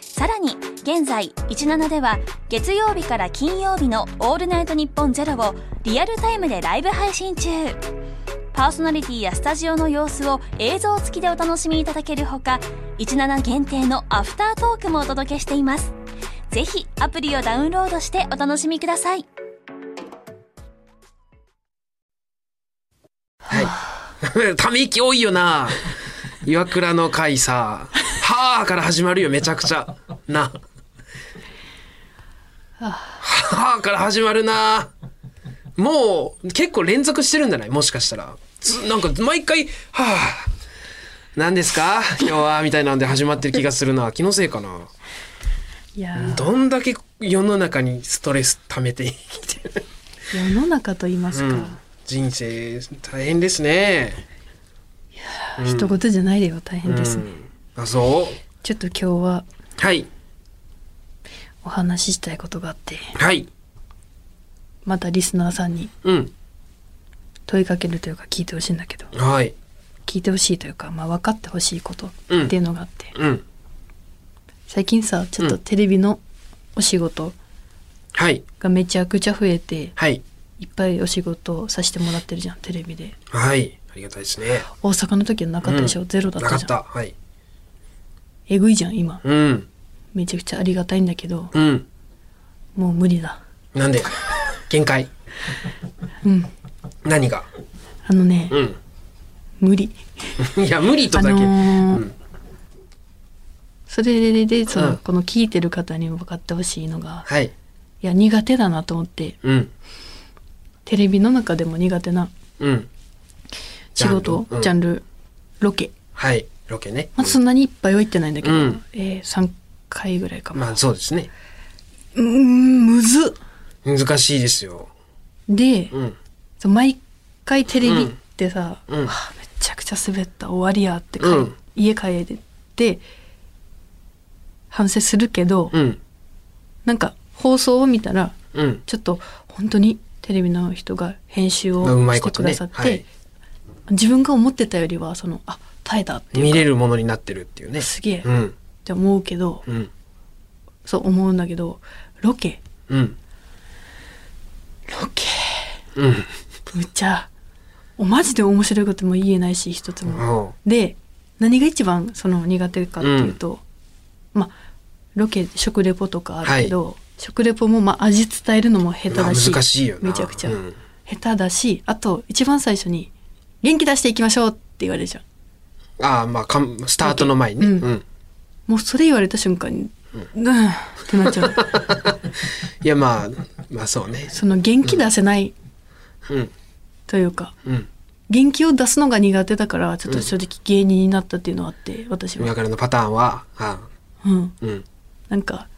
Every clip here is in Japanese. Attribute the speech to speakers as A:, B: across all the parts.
A: さらに現在17では月曜日から金曜日の「オールナイトニッポンゼロをリアルタイムでライブ配信中パーソナリティやスタジオの様子を映像付きでお楽しみいただけるほか17限定のアフタートークもお届けしていますぜひアプリをダウンロードしてお楽しみください
B: はい。 ため息多いよな。岩倉の会さ。はあから始まるよ、めちゃくちゃ。な。はあから始まるな。もう、結構連続してるんじゃないもしかしたら。ずなんか、毎回、はあ。何ですか今日はみたいなんで始まってる気がするな。気のせいかな。
C: いやー
B: どんだけ世の中にストレス溜めて生きてる。
C: 世の中と言いますか、
B: 人生大変ですね。
C: 一言じゃないよ大変ですね、
B: うん、あ、そう
C: ちょっと今日は
B: はい。
C: お話ししたいことがあって
B: はい。
C: またリスナーさんに
B: うん。
C: 問いかけるというか聞いてほしいんだけど
B: はい。
C: 聞いてほしいというか、まあ、分かってほしいこと
B: うん
C: っていうのがあって、
B: うん。
C: 最近さちょっとテレビのお仕事
B: はい。
C: がめちゃくちゃ増えて
B: はい。
C: いっぱいお仕事をさせてもらってるじゃんテレビで
B: はい。ありがたいですね。
C: 大阪の時はなかったでしょ、
B: うん
C: ゼロだ
B: な
C: った
B: か
C: じ
B: っ
C: ゃん
B: た。はい。
C: えぐいじゃん今
B: うん。
C: めちゃくちゃありがたいんだけど
B: うん。
C: もう無理だ
B: なんで限界
C: うん
B: 何が
C: あのね、
B: うん。
C: 無理
B: いや、無理と
C: あ
B: だけ。
C: のー
B: うん
C: それでその、
B: うん
C: この聞いてる方にも分かってほしいのが
B: はい。
C: いや苦手だなと思って
B: うん。
C: テレビの中でも苦手な
B: うん。
C: 仕事ジャ,、
B: うん
C: ンルロケ、
B: はい。ロケね。
C: まあ、そんなにいっぱいは行ってないんだけど、
B: うん
C: えー、3回ぐらいかも、
B: まあ、そうですね。
C: うーんむずっ
B: 難しいですよ。
C: で、
B: うん。
C: そう毎回テレビってさ、
B: うんうん
C: わあめちゃくちゃ滑った終わりやって帰
B: うん
C: 家帰って反省するけど、
B: うん。
C: なんか放送を見たら
B: うん。
C: ちょっと本当にテレビの人が編集を
B: まあうまい
C: して
B: こ
C: く
B: とね
C: ださって、
B: はい
C: 自分が思ってたよりはそのあ耐えたっていう
B: 見
C: か
B: れるものになってるっていうね。
C: すげえ
B: う
C: っ
B: ん。
C: て思うけど、
B: うん。
C: そう思うんだけどロケ
B: うん。
C: ロケ
B: うん。
C: むちゃおマジで面白いことも言えないし一つも。
B: おう
C: で何が一番その苦手かっていうと、まあロケ食レポとかあるけど、食レポもまあ味伝えるのも下手
B: まあ
C: だし,、
B: 難しいよな。
C: めちゃくちゃ、
B: うん
C: 下手だしあと一番最初に「元気出していきましょう」って言われるじゃん
B: ああ、まあかん、スタートの前にね。
C: うん
B: うん。
C: もうそれ言われた瞬間に「うん」ってな っちゃう
B: いや、まあ、まあそうね。
C: その元気出せない
B: うん。
C: というか、
B: うん。
C: 元気を出すのが苦手だからちょっと正直芸人になったっていうのはあって私
B: 親
C: は、
B: からのパターンは、あ
C: うん、
B: うん。
C: なんか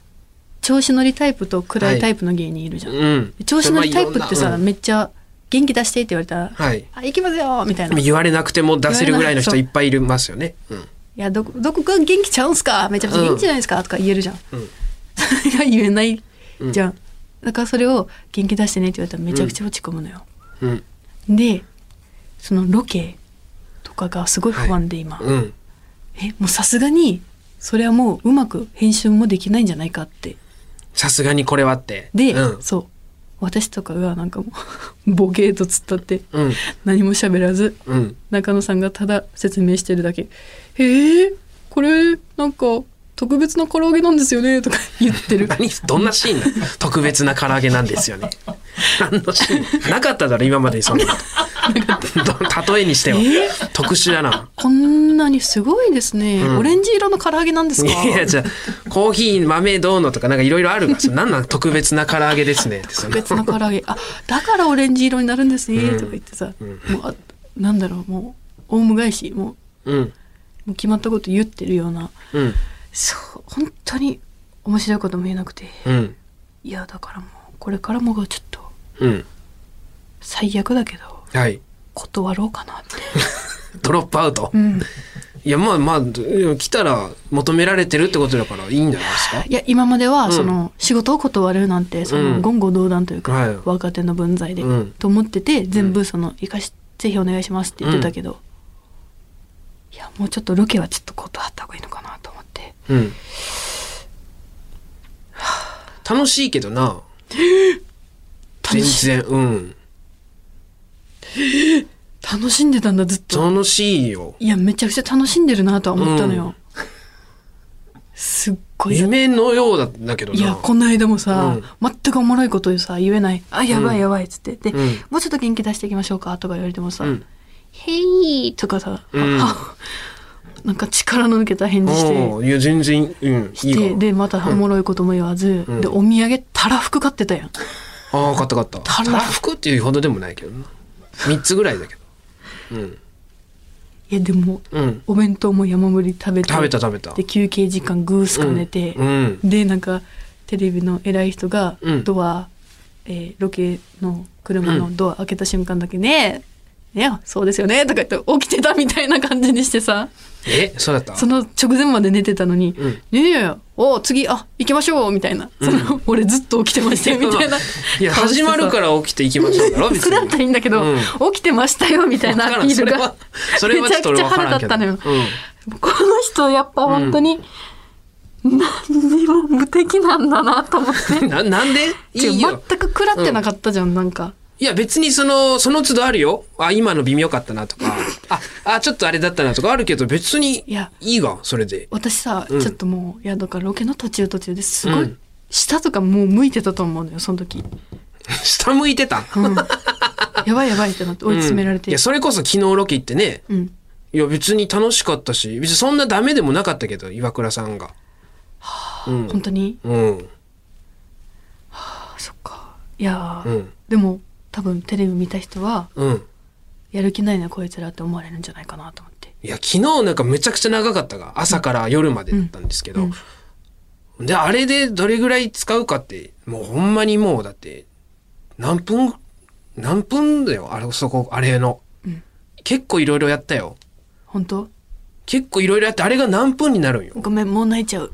C: 調子乗りタイプと暗いタイプの芸人いるじゃん、
B: うん。
C: 調子乗りタイプって
B: まあ
C: さ、
B: いろんなうん
C: めっちゃ元気出してって言われたら「
B: はい。
C: あ行きますよ」みたいな「い
B: 言われなくても出せるぐらいの人いっぱいいますよね。うん。
C: やどこどこが元気ちゃうんすかめちゃめちゃ元気じゃないですか」とか言えるじゃん、
B: うん
C: それが言えないじゃん、だからそれを「元気出してね」って言われたらめちゃくちゃ落ち込むのよ、
B: うん。
C: でそのロケとかがすごい不安で今、
B: うん。
C: えもうさすがにそれはもううまく編集もできないんじゃないかって
B: さすがにこれはって。
C: で、
B: うん。
C: そう私とかがなんかもう ボケーと突っ立って
B: うん。
C: 何も喋らず
B: うん。
C: 中野さんがただ説明してるだけ「へえこれなんか特別な唐揚げなんですよね」とか 言ってる
B: 何どんなシーンなの特別な唐揚げなんですよね。何のシーンなかっただろ、今までにそんなこと。 例えにしては。特殊だな。
C: こんなにすごいですね、
B: うん
C: オレンジ色の唐揚げなんです
B: い
C: か
B: や、じゃあコーヒー豆どうのとかなんかいろいろあるが、それ何なん特別な唐揚げですね。特
C: 特別な唐揚げあだからオレンジ色になるんですねとか言ってさ、もうあなんだろうもうオウム返しも
B: うん。
C: うもう決まったこと言ってるような
B: うん。
C: そう本当に面白いことも言えなくて
B: うん。
C: いやだからもうこれからもがちょっと
B: うん。
C: 最悪だけど
B: はい。
C: 断ろうかなって、
B: ドロップアウト。
C: うん、
B: いや、まあまあ、来たら求められてるってことだからいいんじゃないですか。
C: いや今まで
B: う
C: は
B: ん
C: その仕事を断るなんてそ
B: うん
C: の言語道断というか、
B: はい
C: 若手の分際で、
B: うん
C: と思ってて全部その「生かしぜひお願いします」って言ってたけど、いやもうちょっとロケはちょっと断った方がいいのかなと思って
B: うん。楽しいけどな。全然。うん。
C: 楽しんでたんだずっと
B: 楽しいよ。
C: いやめちゃくちゃ楽しんでるなとは思ったのよ、すっごいや
B: 夢のようだだけどな。
C: いやこの間もさ、全くおもろいことさ言えない「あやば
B: うん
C: いやばい」っつってで、
B: うん
C: もうちょっと元気出していきましょうか」とか言われてもさ「
B: うん
C: へい」とかさ、
B: うん
C: あ なんか力の抜けた返事して
B: おういや、全然、うん、い
C: し
B: い
C: て
B: よ。
C: でまたおもろいことも言わず、
B: うん
C: でお土産たらふく買ってたやん
B: ああ、買った買った。
C: たら
B: たらふくっていうほどでもないけどな。3つぐらいだけど。うん。
C: いやでも
B: うん。
C: お弁当も山盛り食べて
B: 食べた食べた。
C: で休憩時間グースか寝て、
B: うん。
C: でなんかテレビの偉い人が
B: うん
C: ドア、えーロケの車のドア開けた瞬間だけね「ねそうですよね」とか言って起きてたみたいな感じにしてさ
B: え、そうだった
C: その直前まで寝てたのに
B: うん
C: 「ねえおう次あ行きましょう」みたいな「その俺ずっと起きてましたよ」みたいな
B: いや、始まるからら起きていきましょうだろ、別に。
C: それだったらいいんだけど、
B: うん
C: 起きてましたよみたいな
B: わ
C: ア
B: からん
C: ピー
B: そ
C: ル
B: れ
C: が
B: は、それはちょっと俺は分からんけど。
C: めちゃくちゃ腹立ったのよ
B: うん
C: この人やっぱ本当に、何にも無敵なんだなと思って
B: ななんでい
C: 違う
B: いよ。
C: 全く食らってなかったじゃん、なんか
B: いや別にその、その都度あるよ。あ、今の微妙かったなとか、あ、あ、ちょっとあれだったなとかあるけど別に
C: いや
B: いいが、それで。
C: 私さ、
B: うん
C: ちょっともういやだからロケの途中途中ですごい、
B: うん
C: 下とかもう向いてたと思うのよその 時、
B: 下向いてた。
C: うんやばいやばいってなって追い詰められ
B: うん
C: て
B: いや、それこそ昨日ロケ行ってね、
C: うん、
B: いや別に楽しかったし、別にそんなダメでもなかったけど、岩倉さんが。うん。
C: 本当に
B: うん。
C: あそっかいやー、
B: うん。
C: でも多分テレビ見た人は
B: うん。
C: やる気ないなこいつらって思われるんじゃないかなと思って
B: いや、昨日なんかめちゃくちゃ長かったが、朝から夜までだったんですけど、で、あれでどれぐらい使うかって、もうほんまにもうだって、何分、何分だよ、あれ、そこ、あれの。
C: うん
B: 結構いろいろやったよ。
C: 本当
B: 結構いろいろやって、あれが何分になるんよ。
C: ごめんもう泣いちゃう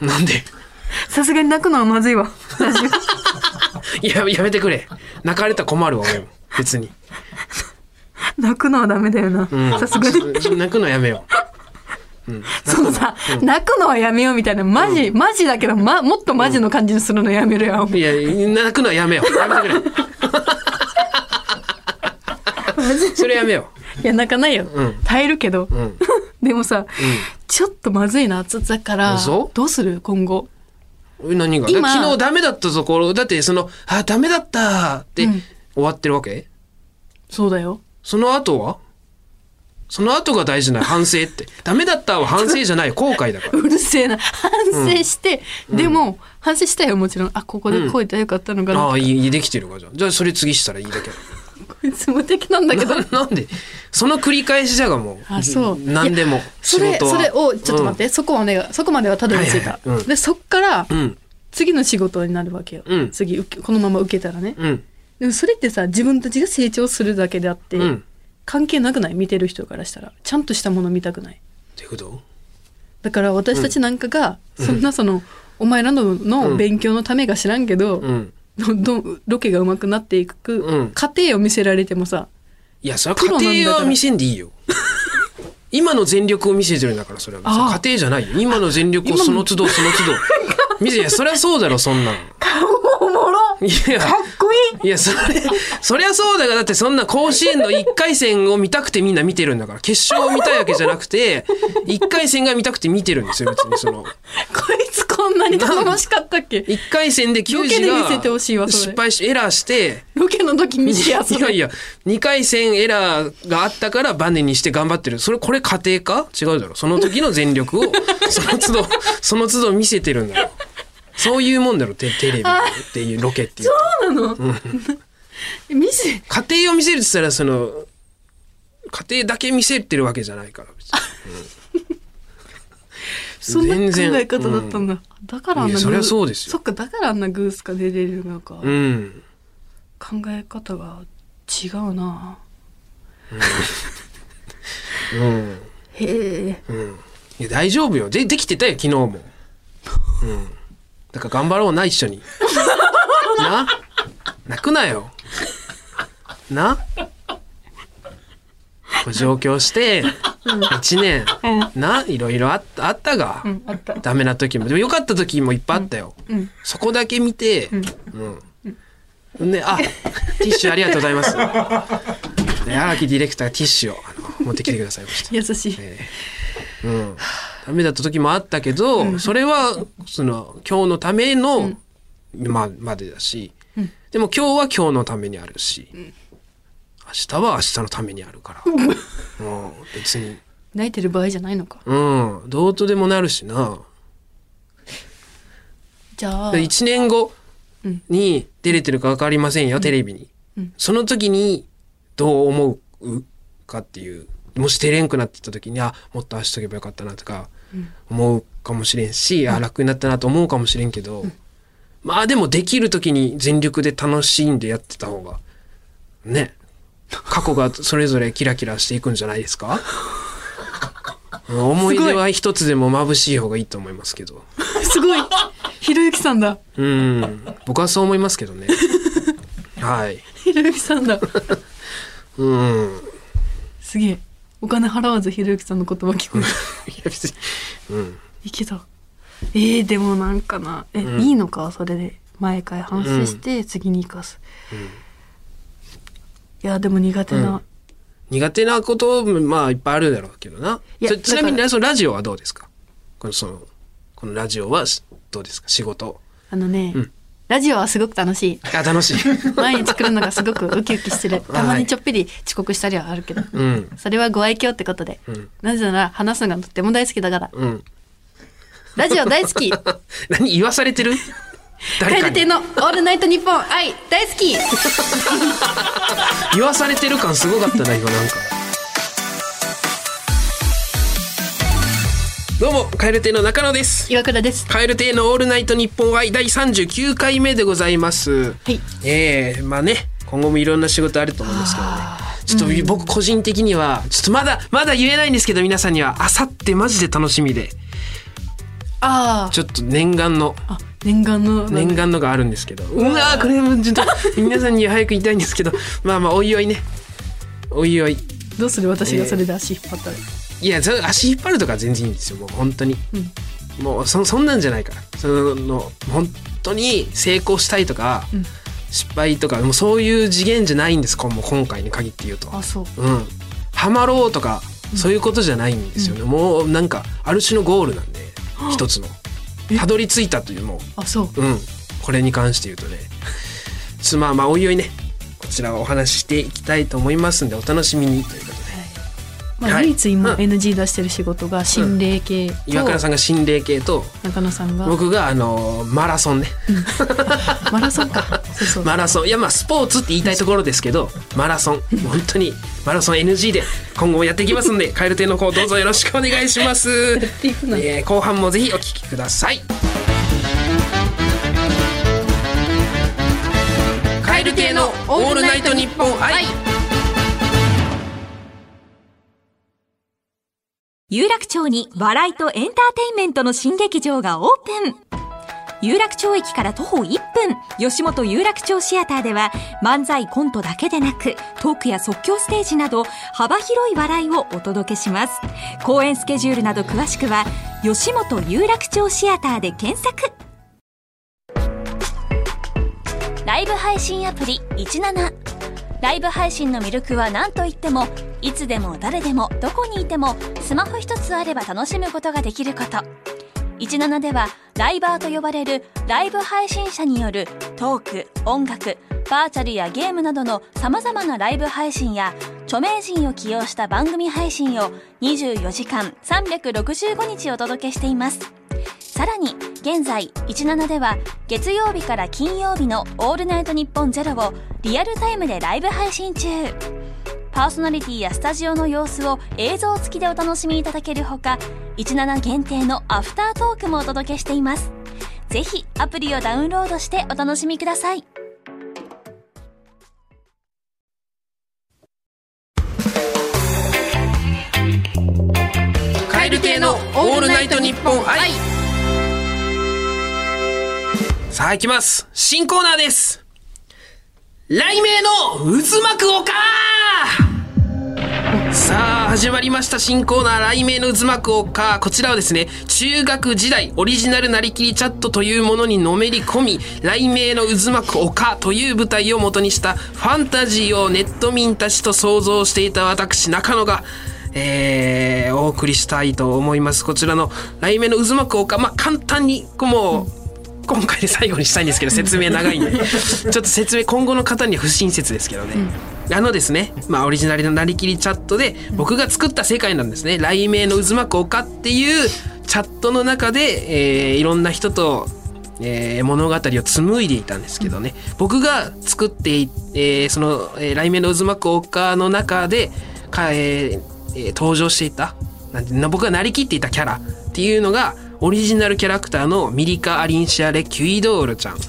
B: なんで
C: さすがに泣くのはまずいわラジオ
B: いや、やめてくれ。泣かれたら困るわ、俺も。別に。
C: 泣くのはダメだよな
B: うん。
C: さすがに
B: 泣くのやめよ
C: そのさ、泣くのはやめようみたいな、マジ、マジだけど、ま、もっとマジの感じにするのやめるやん。
B: う。いや、泣くのはやめよう。やめて くれ。それやめよ
C: いや、泣かないよ。
B: うん
C: 耐えるけど。
B: う。うん。
C: でもさ、ちょっとまずいな、つだから、
B: 嘘
C: どうする今後。
B: え何がだ
C: 今
B: 昨日ダメだったところだってその「あダメだった」って
C: うん
B: 終わってるわけ、
C: そうだよ。
B: その後はその後が大事な反省って ダメだったは反省じゃない後悔だから
C: うるせえな。反省して、でも、反省したよ、もちろん。あ、ここで声出たらよかったのか な。
B: ああいいいいできてるかじゃあじゃあそれ次したらいいだけ
C: こいつ無敵 なんだけど。
B: ななんでその繰り返しじゃがもう
C: あそう
B: 何でも
C: そ
B: 仕
C: れ、
B: 事は
C: それを、ちょっと待って、そこはね、そこまではたどり着いた。
B: はいはいはいうん
C: で、そっから
B: う、ん
C: 次の仕事になるわけよ。
B: うん
C: 次受け、このまま受けたらね。
B: うん
C: でもそれってさ自分たちが成長するだけであって、
B: うんうんっ
C: 関係なくない見てる人からしたらちゃんとしたもの見たくない
B: ていうこと
C: だから私たちなんかが、そんなその、お前らの
B: う
C: の
B: ん
C: 勉強のためか知らんけど、
B: うん
C: どんどんロケが上手くなっていく、
B: うん
C: 過程を見せられてもさ
B: いやそれ
C: プロな
B: は
C: んだ
B: 家庭
C: か
B: は
C: ら
B: 見せんで いいよ今の全力を見せてるんだからそれは別に
C: あ
B: 家
C: あ
B: 庭じゃないよ今の全力をその都度その都度見せいやそりゃそうだろそんなん
C: おもろ
B: いや
C: こいい
B: いやそれそりゃそうだよだってそんな甲子園の1回戦を見たくてみんな見てるんだから決勝を見たいわけじゃなく て1回戦が見たくて見てるんですよ別にその
C: こいつこんなに頼もしかったっけ
B: 1回戦で球児
C: ロケで見せてほしいわ
B: が
C: それ
B: 失敗しエラーして
C: ロケの時 見てやそ
B: いや
C: れ
B: いや2回戦エラーがあったからバネにして頑張ってるそれこれ家庭か違うだろその時の全力 をその都度その都度見せてるんだろそういうもんだろテテレビっていうロケっていうのは
C: そうなの、見せ
B: 家庭を見せるって言ったらその家庭だけ見せてるわけじゃないから別に
C: そんな考
B: 全然
C: え方だったんだ。だからあん
B: い
C: な
B: やそ
C: グー
B: りゃそうですよ
C: そっか、だからあんなグースか出れるのか。
B: うん
C: 考え方が違うな
B: うん
C: へえ
B: うんいや大丈夫よでできてたよ昨日も、うん、だから頑張ろうな一緒に な泣くなよなこう上京して1年、ないろいろあったあったが、
C: うんあった
B: ダメな時もでも良かった時もいっぱいあったよ、
C: うん
B: そこだけ見てうん、ねあティッシュありがとうござい ますで荒木ディレクターがティッシュをあの持ってきてくださいました
C: 優しい
B: うん、ダメだった時もあったけど、それはその今日のための、ままでだし、でも今日は今日のためにあるし、明日は明日のためにあるから、うん、別に、
C: 泣いてる場合じゃないのか
B: うん、どうとでもなるしな
C: じゃあ
B: 1年後に出れてるか分かりませんよ、テレビに、その時にどう思うかっていうもし出れんくなってた時にあもっとああしとけばよかったなとか思うかもしれんし、あ楽になったなと思うかもしれんけど、まあでもできる時に全力で楽しんでやってた方がね過去がそれぞれキラキラしていくんじゃないです かうん思い出は一つでも眩しい方がいいと思いますけど。
C: すごいひろゆきさんだ
B: うん、僕はそう思いますけど ね。はい。
C: ひろゆきさんだ
B: うん。い
C: すげえお金払わずひろゆきさんの言葉聞こえる
B: や別にうん。
C: いいけどえー、でもなんかなえ、
B: うん
C: いいのかそれで毎回反省して次に生かす、いやでも苦手な、
B: 苦手なことまあいっぱいあるだろうけどな。
C: いや
B: そちなみ
C: だか
B: にそのラジオはどうですか。このそのこのラジオはしどうですか仕事。
C: あのね、
B: うん
C: ラジオはすごく楽しい
B: あ楽しい。
C: 毎日来るのがすごくウキウキし てる
B: い
C: たまにちょっぴり遅刻したりはあるけど、
B: うん
C: それはご愛嬌ってことで、
B: うん
C: なぜなら話すのがとっても大好きだから
B: うん。
C: ラジオ大好き
B: 何言わされてる？ 誰か
C: 蛙亭
B: に
C: の「オールナイトニッポン愛大好き!」
B: 言わされてる感すごかったな今なんか。どうも蛙亭の中野です。
C: 岩倉です
B: カエル亭のオールナイトニッポン愛第39回目でございます。
C: はい
B: ええまあね、今後もいろんな仕事あると思うんですけどね。ちょっと、僕個人的には、ちょっとまだ、まだ言えないんですけど、皆さんには、あさってマジで楽しみで、
C: あー
B: ちょっと念願の、
C: あ念願の
B: 念願のがあるんですけど、うわー、これもちょっと、皆さんには早く言いたいんですけど、まあまあ、おいおいね。おいおい。
C: どうする私がそれで足引っ張ったら、
B: いや、そ足引っ張るとか全然いいんですよ、もう本当に。もうそ、そんなんじゃないから。その、本当に成功したいとか、失敗とか、もうそういう次元じゃないんです、こんもう今回に限って言うと。
C: あそう
B: うん。ハマろうとか、そういうことじゃないんですよね。もうなんか、ある種のゴールなんで、一つの。たどり着いたという、もう。
C: あそう
B: うん、これに関して言うとねちょっとまあまあおいおいねこちらをお話ししていきたいと思いますんでお楽しみにということで
C: まあ、
B: はい
C: 唯一
B: う
C: 今
B: ん
C: NG 出してる仕事が心霊系と
B: 岩倉さんが心霊系と
C: 中野さんが
B: 僕があのマラソンね
C: マラソ ンかそうそう、
B: マラソンいやまあスポーツって言いたいところですけどマラソン本当にマラソン NG で今後もやっていきますんで蛙亭の方どうぞよろしくお願いします、
C: ていくな
B: えー後半もぜひお聞きください蛙亭のオールナイトニッポン愛
A: 有楽町に笑いとエンターテインメントの新劇場がオープン有楽町駅から徒歩1分吉本有楽町シアターでは漫才コントだけでなくトークや即興ステージなど幅広い笑いをお届けします公演スケジュールなど詳しくは吉本有楽町シアターで検索ライブ配信アプリ17ライブ配信の魅力は何といってもいつでも誰でもどこにいてもスマホ一つあれば楽しむことができること17ではライバーと呼ばれるライブ配信者によるトーク音楽バーチャルやゲームなどのさまざまなライブ配信や著名人を起用した番組配信を24時間365日お届けしていますさらに現在17では月曜日から金曜日の「オールナイトニッポンゼロをリアルタイムでライブ配信中パーソナリティやスタジオの様子を映像付きでお楽しみいただけるほか17限定のアフタートークもお届けしていますぜひアプリをダウンロードしてお楽しみください
B: のオールナイトニッポン愛。さあ、行きます。新コーナーです。雷鳴の渦巻く丘さあ、始まりました。新コーナー、雷鳴の渦巻く丘。こちらはですね、中学時代、オリジナルなりきりチャットというものにのめり込み、雷鳴の渦巻く丘という舞台を元にしたファンタジーをネット民たちと想像していた私、中野が、えー、お送りしたいと思います。こちらの雷鳴の渦巻く丘、まあ、簡単に、こうもう、今回で最後にしたいんですけど説明長いんでちょっと説明今後の方には不親切ですけどね、あのですね、まあ、オリジナルのなりきりチャットで僕が作った世界なんですね「雷鳴の渦巻く丘」っていうチャットの中で、えーいろんな人と、えー物語を紡いでいたんですけどね僕が作ってい、えーその「えー雷鳴の渦巻く丘」の中でか、えーえー登場していたなんてな僕がなりきっていたキャラっていうのがオリジナルキャラクターのミリカ・アリンシアレ・キュイドールちゃんで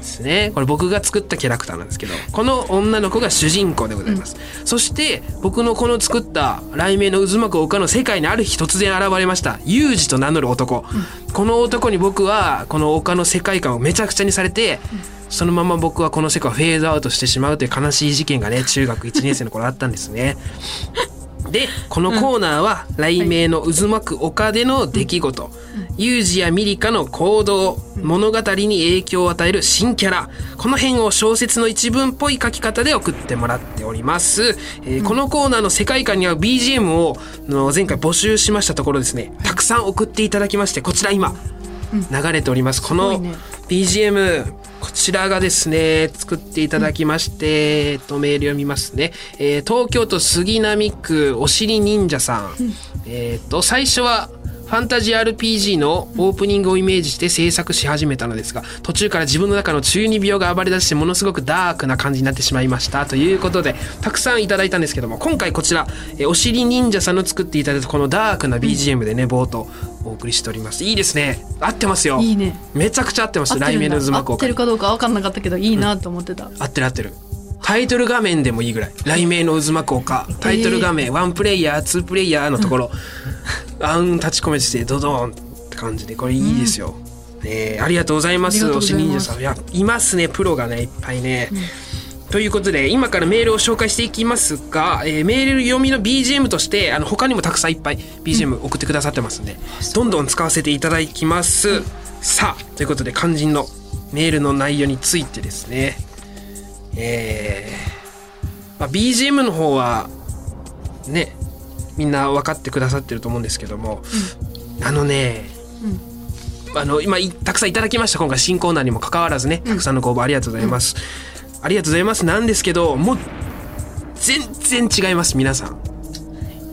B: すねこれ僕が作ったキャラクターなんですけどこの女の子が主人公でございます、そして僕のこの作った「雷鳴の渦巻く丘」の世界にある日突然現れましたユージと名乗る男、この男に僕はこの丘の世界観をめちゃくちゃにされて、そのまま僕はこの世界をフェードアウトしてしまうという悲しい事件がね中学1年生の頃あったんですね。でこのコーナーは雷鳴の渦巻く丘での出来事、ユージやミリカの行動、物語に影響を与える新キャラこの辺を小説の一文っぽい書き方で送ってもらっております、えーこのコーナーの世界観に合う BGM をあの前回募集しましたところですねたくさん送っていただきましてこちら今流れております、こ
C: ご
B: の
C: いね
B: BGM こちらがですね作っていただきまして、えっとメール読みますね、えー東京都杉並区おしり忍者さん、えーっと最初はファンタジー RPG のオープニングをイメージして制作し始めたのですが途中から自分の中の中二病が暴れ出してものすごくダークな感じになってしまいましたということでたくさんいただいたんですけども今回こちら、えーおしり忍者さんの作っていただいたこのダークな BGM でね冒頭お送りしておりますいいですね合ってますよ
C: いいね
B: めちゃくちゃ合ってます
C: 合って
B: 雷
C: る
B: 鳴
C: んだ
B: の渦巻く
C: 合って
B: 丘
C: るかどうか分かんなかったけどいいなと思ってた、
B: 合ってる合ってるタイトル画面でもいいぐらい「雷鳴の渦巻く丘」タイトル画面、ワンプレイヤーツープレイヤーのところ、あん立ち込めててドドーンって感じでこれいいですよ、えーありがとうございま
C: あり
B: す
C: がとう
B: お
C: ご
B: し
C: ざい
B: 忍
C: ま
B: 者
C: す
B: さんいやいますねプロがねいっぱいね、ということで今からメールを紹介していきますが、えーメール読みの BGM としてあの他にもたくさんいっぱい BGM 送ってくださってますんで、どんどん使わせていただきます、さあということで肝心のメールの内容についてですねえーまあ、BGM の方はねみんな分かってくださってると思うんですけども、あのね、あの今いたくさんいただきました今回新コーナーにもかかわらずねたくさんのご応募ありがとうございます、ありがとうございますなんですけどもう全然違います皆さん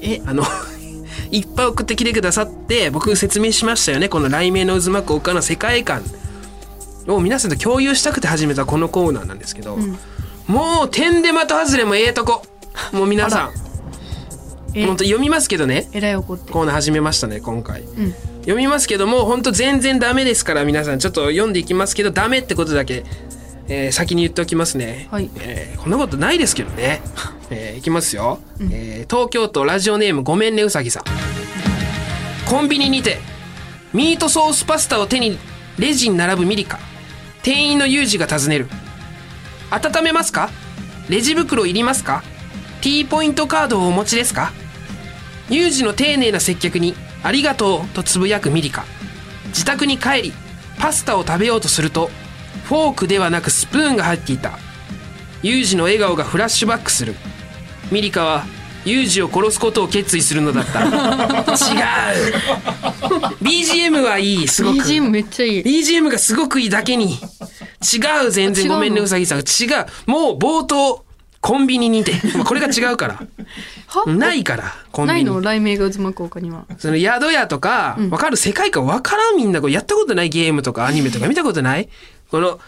C: え
B: あの いっぱい送ってきてくださって僕説明しましたよねこの「雷鳴の渦巻く丘の世界観」を皆さんと共有したくて始めたこのコーナーなんですけど、もう点で的外れもええとこもう皆さん
C: え
B: 本当読みますけどね
C: えらい怒って
B: コーナー始めましたね今回、読みますけども本当全然ダメですから皆さんちょっと読んでいきますけどダメってことだけ、えー先に言っておきますね、
C: はい
B: えーこんなことないですけどね、 えーいきますよ、えー東京都ラジオネームごめんねうさぎさんコンビニにてミートソースパスタを手にレジに並ぶミリカ店員のユージが尋ねる温めますかレジ袋いりますか T ポイントカードをお持ちですか乳児の丁寧な接客に「ありがとう」とつぶやくミリカ自宅に帰りパスタを食べようとするとフォークではなくスプーンが入っていたユージの笑顔がフラッシュバックするミリカはユージを殺すことを決意するのだった違う BGM はいいすごく
C: BGM めっちゃいい
B: BGM がすごくいいだけに、違う、全然。
C: 違うの
B: ごめんね、うさぎさん。違う。もう冒頭、コンビニにて。まあこれが違うから。
C: は
B: ないから、コンビ
C: な
B: ニ
C: い。の雷鳴が渦巻く丘には
B: その宿屋とか、わかる世界観わからんみんな、こうやったことないゲームとかアニメとか見たことないこの、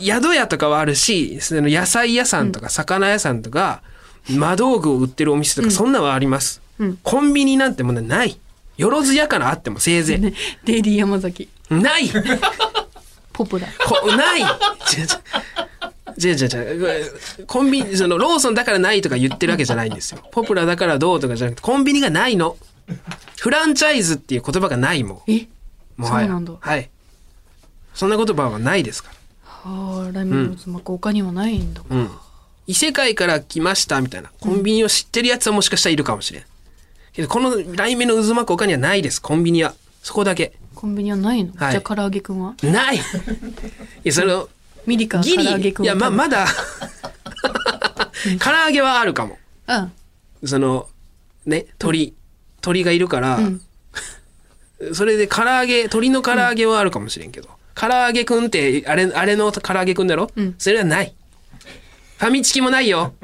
B: 宿屋とかはあるし、その野菜屋さんとか魚屋さんとか、魔道具を売ってるお店とか、そんなはあります。コンビニなんてものはない。よろずやからあってもせいぜ
C: ねデイリー山崎
B: い。ない
C: ポプラ
B: こ ない違う違う違う違う違うコンビニそのローソンだからないとか言ってるわけじゃないんですよポプラだからどうとかじゃなくてコンビニがないのフランチャイズっていう言葉がないもん。
C: え
B: もはや。
C: そうなんだ
B: はい。そんな言葉はないですから。
C: はあライムのま効果にはないんだもん、
B: うん。異世界から来ましたみたいな。コンビニを知ってるやつはもしかしたらいるかもしれん。けど、この雷鳴の渦巻く他にはないです。コンビニは。そこだけ。
C: コンビニはないの、
B: はい
C: じゃあ唐揚げくんは
B: ない いや、その、
C: ミリカ唐
B: ギリ、
C: 揚げくん
B: い
C: は
B: や、ま、
C: 食べ
B: ま だ、唐揚げはあるかも。
C: うん
B: その、ね、鳥、鳥がいるから、 それで唐揚げ、鳥の唐揚げはあるかもしれんけど、唐揚げくんって、あれ、あれの唐揚げくんだろ、それはない。ファミチキもないよ。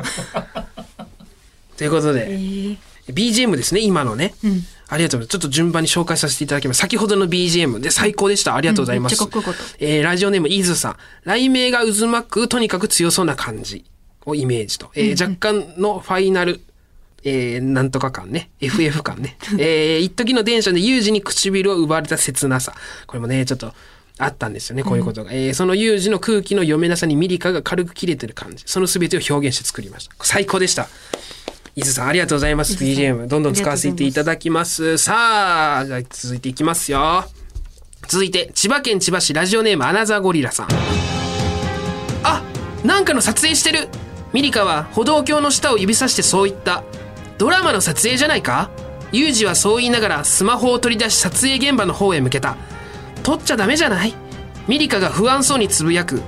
B: ということ
C: え
B: で、
C: ー
B: BGM ですね、今のね。
C: うん
B: ありがとうございます。ちょっと順番に紹介させていただきます。先ほどの BGM で最高でした。ありがとうございます。
C: うんめっちゃかっこよかっ
B: えーラジオネームイーズさん。雷鳴が渦巻く、とにかく強そうな感じをイメージと。えー若干のファイナル、えーなんとか感ね。FF 感 ね。えー一時の電車で有事に唇を奪われた切なさ。これもね、ちょっと、あったんですよね、こういうことが。えーその有事の空気の読めなさにミリカが軽く切れてる感じ。その全てを表現して作りました。最高でした。伊豆さんありがとうございます。BGM どんどん使わせていただきます。さあ、じゃあ続いていきますよ。続いて、千葉県千葉市ラジオネームアナザーゴリラさん。あなんかの撮影してるミリカは歩道橋の下を指さしてそう言った。ドラマの撮影じゃないかユージはそう言いながらスマホを取り出し撮影現場の方へ向けた。撮っちゃダメじゃないミリカが不安そうにつぶやく。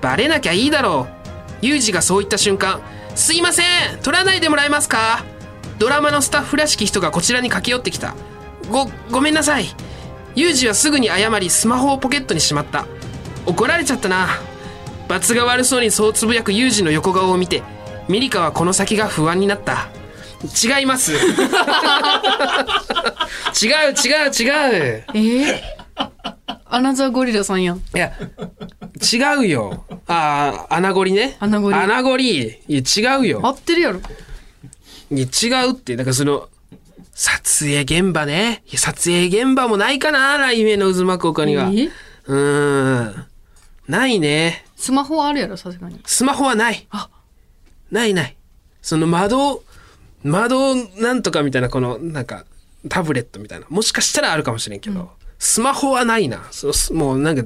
B: バレなきゃいいだろう。ユージがそう言った瞬間、すいません撮らないでもらえますかドラマのスタッフらしき人がこちらに駆け寄ってきた。ご、ごめんなさい。ユージはすぐに謝りスマホをポケットにしまった。怒られちゃったな。罰が悪そうにそうつぶやくユージの横顔を見て、ミリカはこの先が不安になった。違います。違う違う違う。
C: えー、 アナザーゴリラさんやん
B: いや、違うよ。ああ、穴掘りね。
C: 穴掘り
B: 穴掘り。いや、違う
C: 合
B: よ。
C: ってるやろ
B: いや、違うって。だからその、撮影現場ね。いや撮影現場もないかな、雷鳴の渦巻く丘には。
C: え
B: うーん。ないね。
C: スマホはあるやろさすがに
B: スマホはない。
C: あ
B: ないない。その窓、窓なんとかみたいな、この、なんか、タブレットみたいな。もしかしたらあるかもしれんけど、スマホはないな。そうすもうなんか、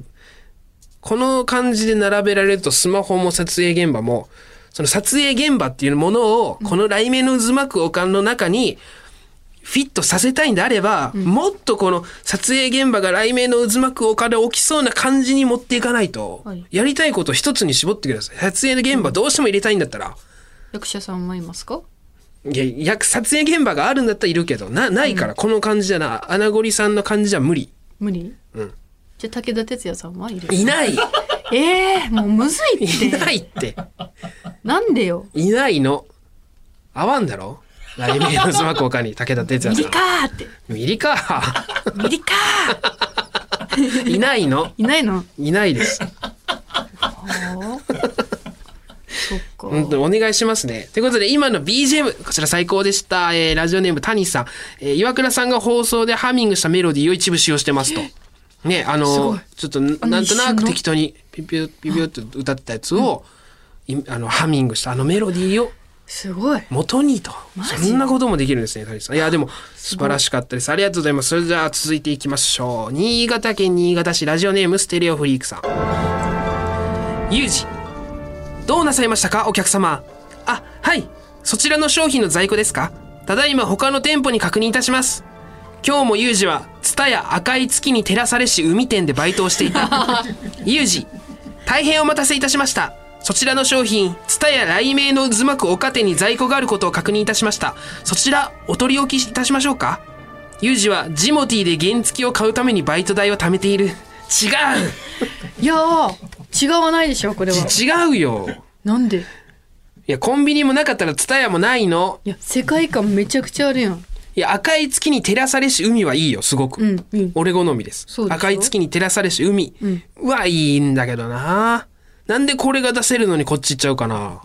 B: この感じで並べられるとスマホも撮影現場も、その撮影現場っていうものを、この雷鳴の渦巻く丘の中に、フィットさせたいんであれば、もっとこの撮影現場が雷鳴の渦巻く丘で起きそうな感じに持っていかないと、
C: はい
B: やりたいことを一つに絞ってください。撮影現場どうしても入れたいんだったら、
C: 役者さんもいますか
B: いや、いや撮影現場があるんだったらいるけど、な、ないから、この感じじゃな、穴掘りさんの感じじゃ無理。
C: 無理
B: うん
C: じゃあ武田鉄矢さんはいる
B: いない
C: えー、もうむずいっ
B: い
C: て
B: ないって。
C: なんでよ
B: いないの。合わんだろ来年のスマ効果に武田鉄矢
C: ミ
B: さ
C: リ
B: ん。
C: カーって
B: ミリか。
C: ミリカー
B: いないの。
C: いないの
B: いないです。
C: あーそっか
B: 本当にお願いしますね。ということで、今の BGM、こちら最高でした。えーラジオネーム、谷さん。えー岩倉さんが放送でハミングしたメロディーを一部使用してますと。ね、あ
C: すご
B: の
C: い、
B: ちょっと、なんと
C: あ
B: な
C: の一瞬
B: く
C: の
B: 適当に、ピュピュ、ピュピュって歌ってたやつを、いあの、ハミングした、あのメロディーを
C: すごい
B: 元にと。
C: ジ
B: そんなこともできるんですね、谷さん。いや、でも、素晴らしかったです。ありがとうございます。それじゃあ、続いていきましょう。新潟県新潟市、ラジオネーム、ステレオフリークさん。ゆうじ、どうなさいましたかお客様。あ、はい。そちらの商品の在庫ですかただいま他の店舗に確認いたします。今日もユージは、ツタヤ赤い月に照らされし海店でバイトをしていた。ユージ、大変お待たせいたしました。そちらの商品、ツタヤ雷鳴の渦巻くおかてに在庫があることを確認いたしました。そちら、お取り置きいたしましょうかユージはジモティーで原付を買うためにバイト代を貯めている。違
C: いやー違わないでしょこれは
B: う違うよ。
C: なんで
B: いや、コンビニもなかったらツタヤもないの。
C: いや世界観めちゃくちゃあるやん
B: いや、赤い月に照らされし海はいいよ、すごく。
C: うんいい
B: 俺好みです。
C: そうでしょ
B: 赤い月に照らされし海はいいんだけどな。なんでこれが出せるのにこっち行っちゃうかな。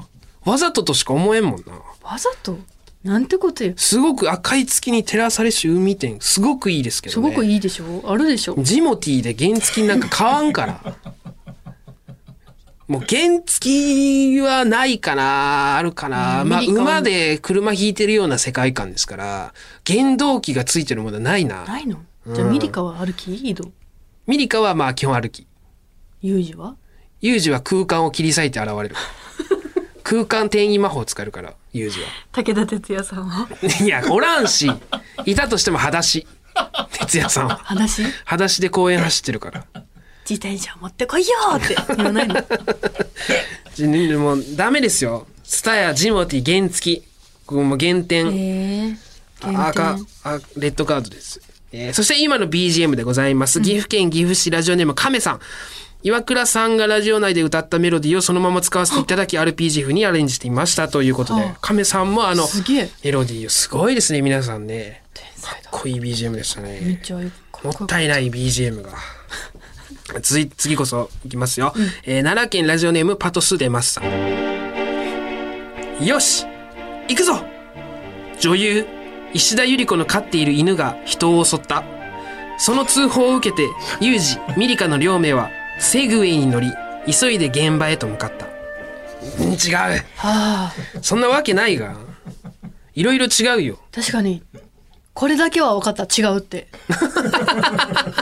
B: わざととしか思えんもんな。
C: わざとなんてことよ
B: すごく赤い月に照らされし海店、すごくいいですけど
C: す
B: ね。
C: ごくいいでしょあるでしょ
B: ジモティーで原付なんか買わんから。もう原付はないかな、あるかな。
C: うん
B: まあ、
C: 無理か
B: 馬で車引いてるような世界観ですから、原動機がついてるものはないな。
C: ないのじゃあミリカは歩き移動
B: ミリカはまあ基本歩き。
C: ユージは
B: ユージは空間を切り裂いて現れる。空間転移魔法を使えるから、ユージは。
C: 武田鉄矢さんはい
B: や、おらんし、いたとしても裸足。哲也さんは。
C: 話
B: 裸足で公園走ってるから。
C: 自転車持ってこいよって言わないの
B: じでもうダメですよ。スタヤ、ジモティ、原付き。ここも減点。
C: へ え
B: あ赤あレッドカードです、えーそして今の BGM でございます岐阜県岐阜市ラジオネーム亀さん岩倉さんがラジオ内で歌ったメロディーをそのまま使わせていただき RPG 風にアレンジしてみましたということで
C: はあ
B: 亀さんもあの
C: すげえ
B: メロディーをすごいですね皆さんねかっこいい BGM でした
C: めっ
B: ね
C: ちゃよ
B: もったいない BGM が。次、次こそいきますよ。えー奈良県ラジオネームパトスデマスさん。よし行くぞ女優、石田ゆり子の飼っている犬が人を襲った。その通報を受けて、ユージ、ミリカの両名は、セグウェイに乗り、急いで現場へと向かった。うん違う
C: あ
B: そんなわけないが。いろいろ違うよ。
C: 確かにこれだけは分かった違うって
B: あ分か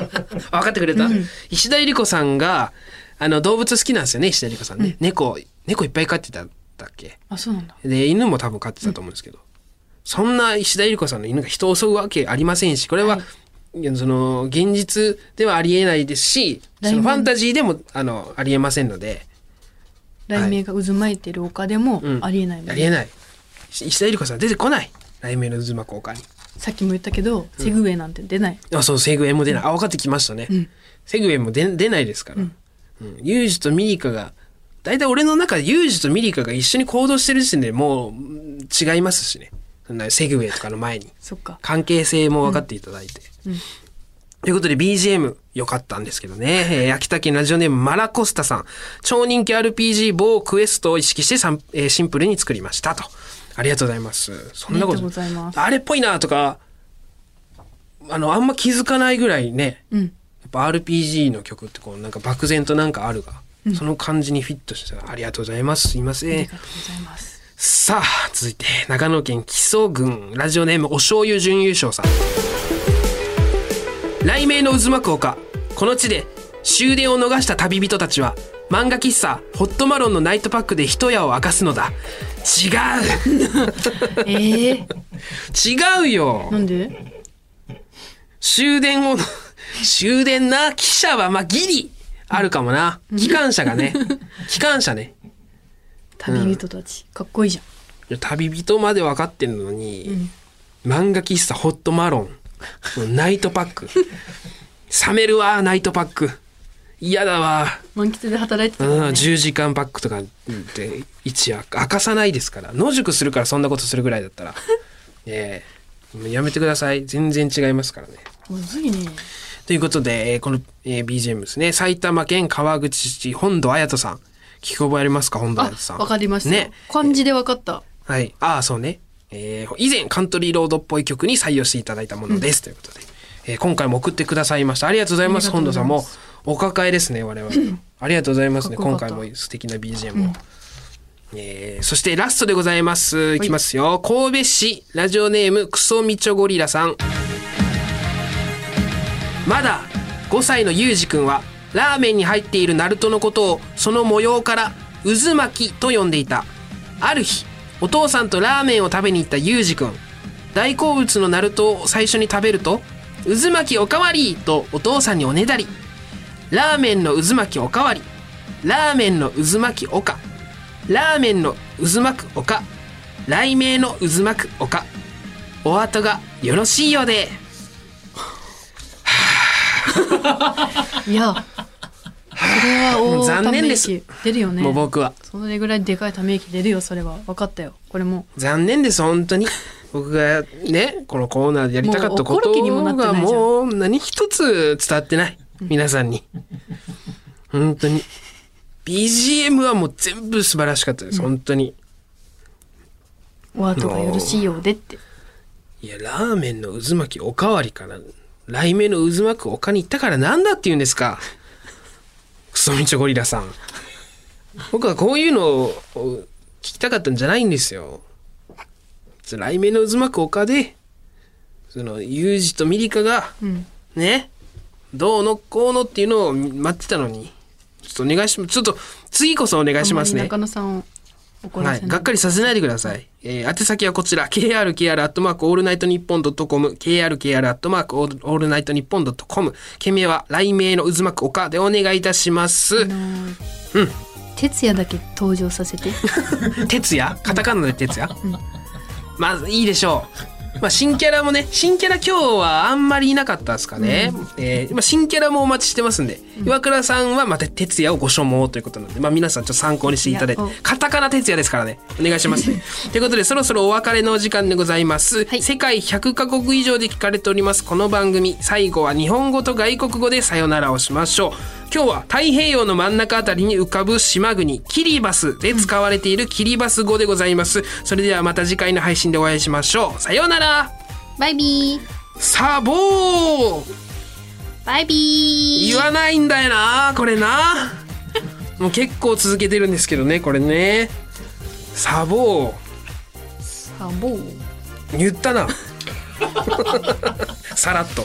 B: ってくれた、石田ゆり子さんがあの動物好きなんですよね石田ゆり子さんね、猫猫いっぱい飼ってたんだっけ
C: あそうなんだ
B: で犬も多分飼ってたと思うんですけど、そんな石田ゆり子さんの犬が人を襲うわけありませんしこれは、いやその現実ではありえないですしそのファンタジーでもあのありえませんので
C: 雷鳴が渦巻いてる丘でも
B: うん
C: ありえないもんね
B: ありえない石石田ゆり子さん出てこない雷鳴の渦巻く丘に
C: さっきも言ったけど、セグウェイなんて出ない
B: あそうセグウェイも出ない、あ分かってきましたね、セグウェイも出出ないですから、うんユージとミリカが大体俺の中でユージとミリカが一緒に行動してる時点でもううん違いますしねそんなセグウェイとかの前に
C: そ っか
B: 関係性も分かっていただいて、ということで BGM 良かったんですけどね、えー秋田県ラジオネームマラコスタさん超人気 RPG 某クエストを意識してさん、えーシンプルに作りましたとありがとうございますそんなこ
C: あり
B: と
C: がとうございます
B: あれっぽいなとかあのあんま気づかないぐらいね、
C: うん
B: やっぱ RPG の曲ってこうなんか漠然となんかあるが、その感じにフィットしてたありがとうございますすいま
C: あ
B: せ
C: り
B: ん
C: がとうございます
B: さあ続いて長野県木曽郡ラジオネームお醤油準優勝さん雷鳴の渦巻く丘この地で終電を逃した旅人たちは漫画喫茶ホットマロンのナイトパックで一夜を明かすのだ違
C: ええ
B: う違うよ
C: なんで
B: 終電を終電な汽車はまあギリあるかもな機関車がね機関車ね
C: 旅人たち、かっこいいじゃん
B: いや旅人まで分かってるのに、漫画喫茶ホットマロンナイトパック冷めるわナイトパック嫌だわ、
C: 満喫で働いてた
B: う
C: から
B: ん、
C: ね
B: 10時間パックとかって一夜明かさないですから野宿するからそんなことするぐらいだ ったらええもうやめてください全然違いますからね
C: むずいね
B: ということで、えーこの、えー BGM ですね。埼玉県川口市本土綾人さん。聞き覚えありますか本土
C: あ
B: 綾人さん。
C: わかりましたよ
B: ね。
C: 漢字でわかった
B: はい。ああ、そうね。えー以前カントリーロードっぽい曲に採用していただいたものです。ということで、えー今回も送ってくださいました。ありがとうございます。
C: あり
B: 本
C: がと
B: 土
C: う
B: さ
C: ござ
B: ん
C: いま
B: も
C: す
B: お抱えですね。我々。 ありがとうございますね。
C: かっこ
B: 今
C: よかっ
B: 回
C: た
B: も素敵な BGM を。えーそしてラストでございます。いきますよ。神戸市ラジオネームクソミチョゴリラさん。まだ5歳のユージくんはラーメンに入っているナルトのことをその模様から渦巻きと呼んでいたある日お父さんとラーメンを食べに行ったユージくん大好物のナルトを最初に食べると渦巻きおかわりとお父さんにおねだりラーメンの渦巻きおかわりラーメンの渦巻きおかラーメンの渦巻くおか雷鳴の渦巻くおかお後がよろしいようで
C: いやそれは大
B: 残念です
C: ため息出るよね
B: もう僕は
C: それぐらいでかいため息出るよそれは分かったよこれも
B: 残念です本 当に僕がねこのコーナーでやりたかった
C: もう
B: こ
C: 怒る気にも
B: と
C: なってない
B: が
C: じゃん
B: もう何一つ伝わってない皆さんに本当 に BGM はもう全部素晴らしかったです本当に
C: お後がよろしいようでって
B: いやラーメンの渦巻きおかわりから雷鳴の渦巻 く丘に行ったからなんだって言うんですかクソミチョゴリラさん僕はこういうのを聞きたかったんじゃないんですよ。雷鳴の渦巻く丘で、その、ユージとミリカが、
C: うん
B: ね、どうのこうのっていうのを待ってたのに、ちょっとお願いします。ちょっと、次こそお願いします
C: あん
B: ね
C: り中。野さんを怒ら
B: は
C: せ
B: い、
C: ない、
B: がっかりさせないでください。えー宛先はこちら、krkr アットマークオールナイトニッポンドットコム、krkr アットマークオールナイトニッポンドットコム、件名は雷鳴の渦巻く丘でお願いいたします。
C: 徹夜だけ登場さ せて
B: 哲也カタカナで哲也、まあいいでしょう。まあ新キャラもね、新キャラ今日はあんまりいなかったですかね。えーまあ新キャラもお待ちしてますんで、岩倉さんはまた哲也をご所望ということなんで、まあ皆さんちょっと参考にしていただいて
C: いやお、
B: カタカナ哲也ですからね、お願いしますね。ということでそろそろお別れのお時間でございます。
C: はい
B: 世界100カ国以上で聞かれておりますこの番組、最後は日本語と外国語でさよならをしましょう。今日は太平洋の真ん中あたりに浮かぶ島国キリバスで使われているキリバス語でございます。それではまた次回の配信でお会いしましょう。さようなら
C: バイビー
B: サボー
C: バイビ
B: 言わないんだよなこれなもう結構続けてるんですけどねこれねサボー
C: ーサボー
B: 言ったな さらっと